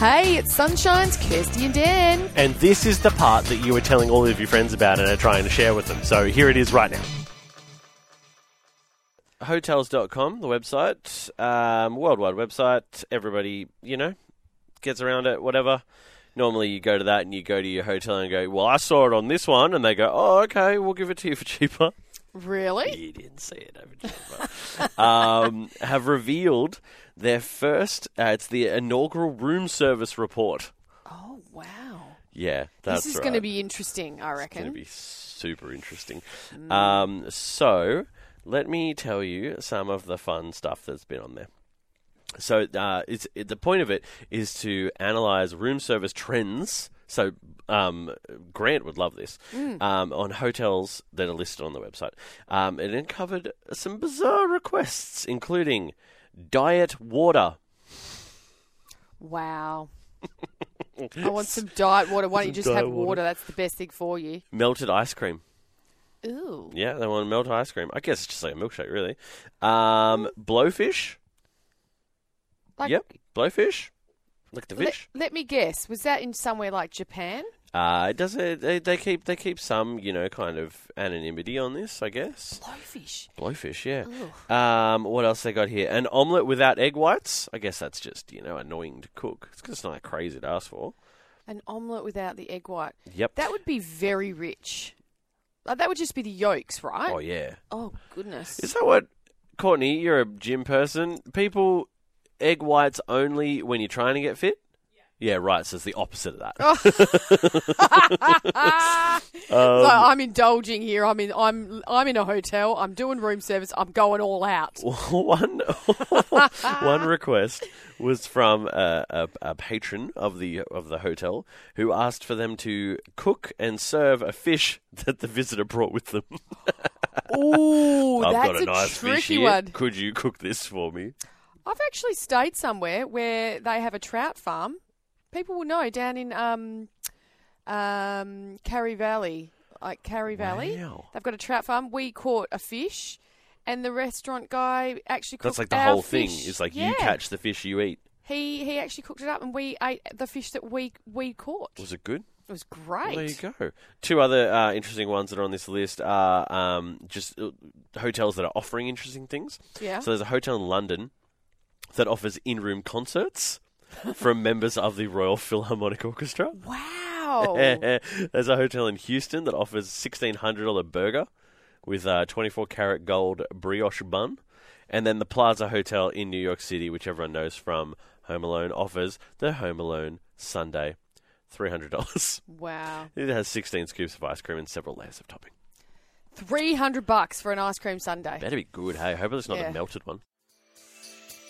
Hey, it's Sunshine's Kirsty and Dan. And this is the part that you were telling all of your friends about and are trying to share with them. So here it is right now. Hotels.com, the website, um, worldwide website. Everybody, you know, gets around it, whatever. Normally you go to that and you go to your hotel and go, well, I saw it on this one. And they go, oh, okay, we'll give it to you for cheaper. Really? You didn't see it over Jennifer. um, have revealed their first. Uh, it's the inaugural room service report. Oh, wow. Yeah, that's this is right. going to be interesting, I It's gonna reckon. be super interesting. Um, so let me tell you some of the fun stuff that's been on there. So uh, it's it, the point of it is to analyze room service trends. So um, Grant would love this um, on hotels that are listed on the website. Um, it uncovered some bizarre requests, including diet water. Wow. I want some diet water. Why don't you just diet have water. water? That's the best thing for you. Melted ice cream. Ooh. Yeah, they want melted ice cream. I guess it's just like a milkshake, really. Um, blowfish. Like, yep, blowfish. Like the le- fish. let me guess. Was that in somewhere like Japan? Uh, it does. It, they, they keep they keep some you know kind of anonymity on this, I guess. Blowfish. Blowfish, Oh. yeah. Um, what else they got here? An omelette without egg whites. I guess that's just you know annoying to cook. It's just not crazy to ask for. An omelette without the egg white. Yep. That would be very rich. Like, that would just be the yolks, right? oh yeah. Oh, goodness. Is that what Courtney? You're a gym person. People egg whites only when you're trying to get fit. Yeah, right. So it's the opposite of that. Oh, Ah! So Um, I'm indulging here. I'm in. I'm. I'm in a hotel. I'm doing room service. I'm going all out. one one request was from a, a, a patron of the of the hotel who asked for them to cook and serve a fish that the visitor brought with them. Ooh, I've that's got a, nice tricky fish here. one. Could you cook this for me? I've actually stayed somewhere where they have a trout farm. People will know down in um, um, Carrie Valley, like Carrie Valley. Wow. They've got a trout farm. We caught a fish, and the restaurant guy actually cooked That's like the our whole thing. fish. It's like you Yeah. catch the fish you eat. He he actually cooked it up, and we ate the fish that we we caught. Was it good? It was great. Well, there you go. Two other uh, interesting ones that are on this list are um, just uh, hotels that are offering interesting things. Yeah. So there's a hotel in London that offers in-room concerts from members of the Royal Philharmonic Orchestra. Wow. there's a hotel in Houston that offers $1,600 burger with a 24-karat gold brioche bun. And then the Plaza Hotel in New York City, which everyone knows from Home Alone, offers the Home Alone Sunday, $300. wow. It has 16 scoops of ice cream and several layers of topping. 300 bucks for an ice cream sundae. Better be good, hey. Hope it's not Yeah. a melted one.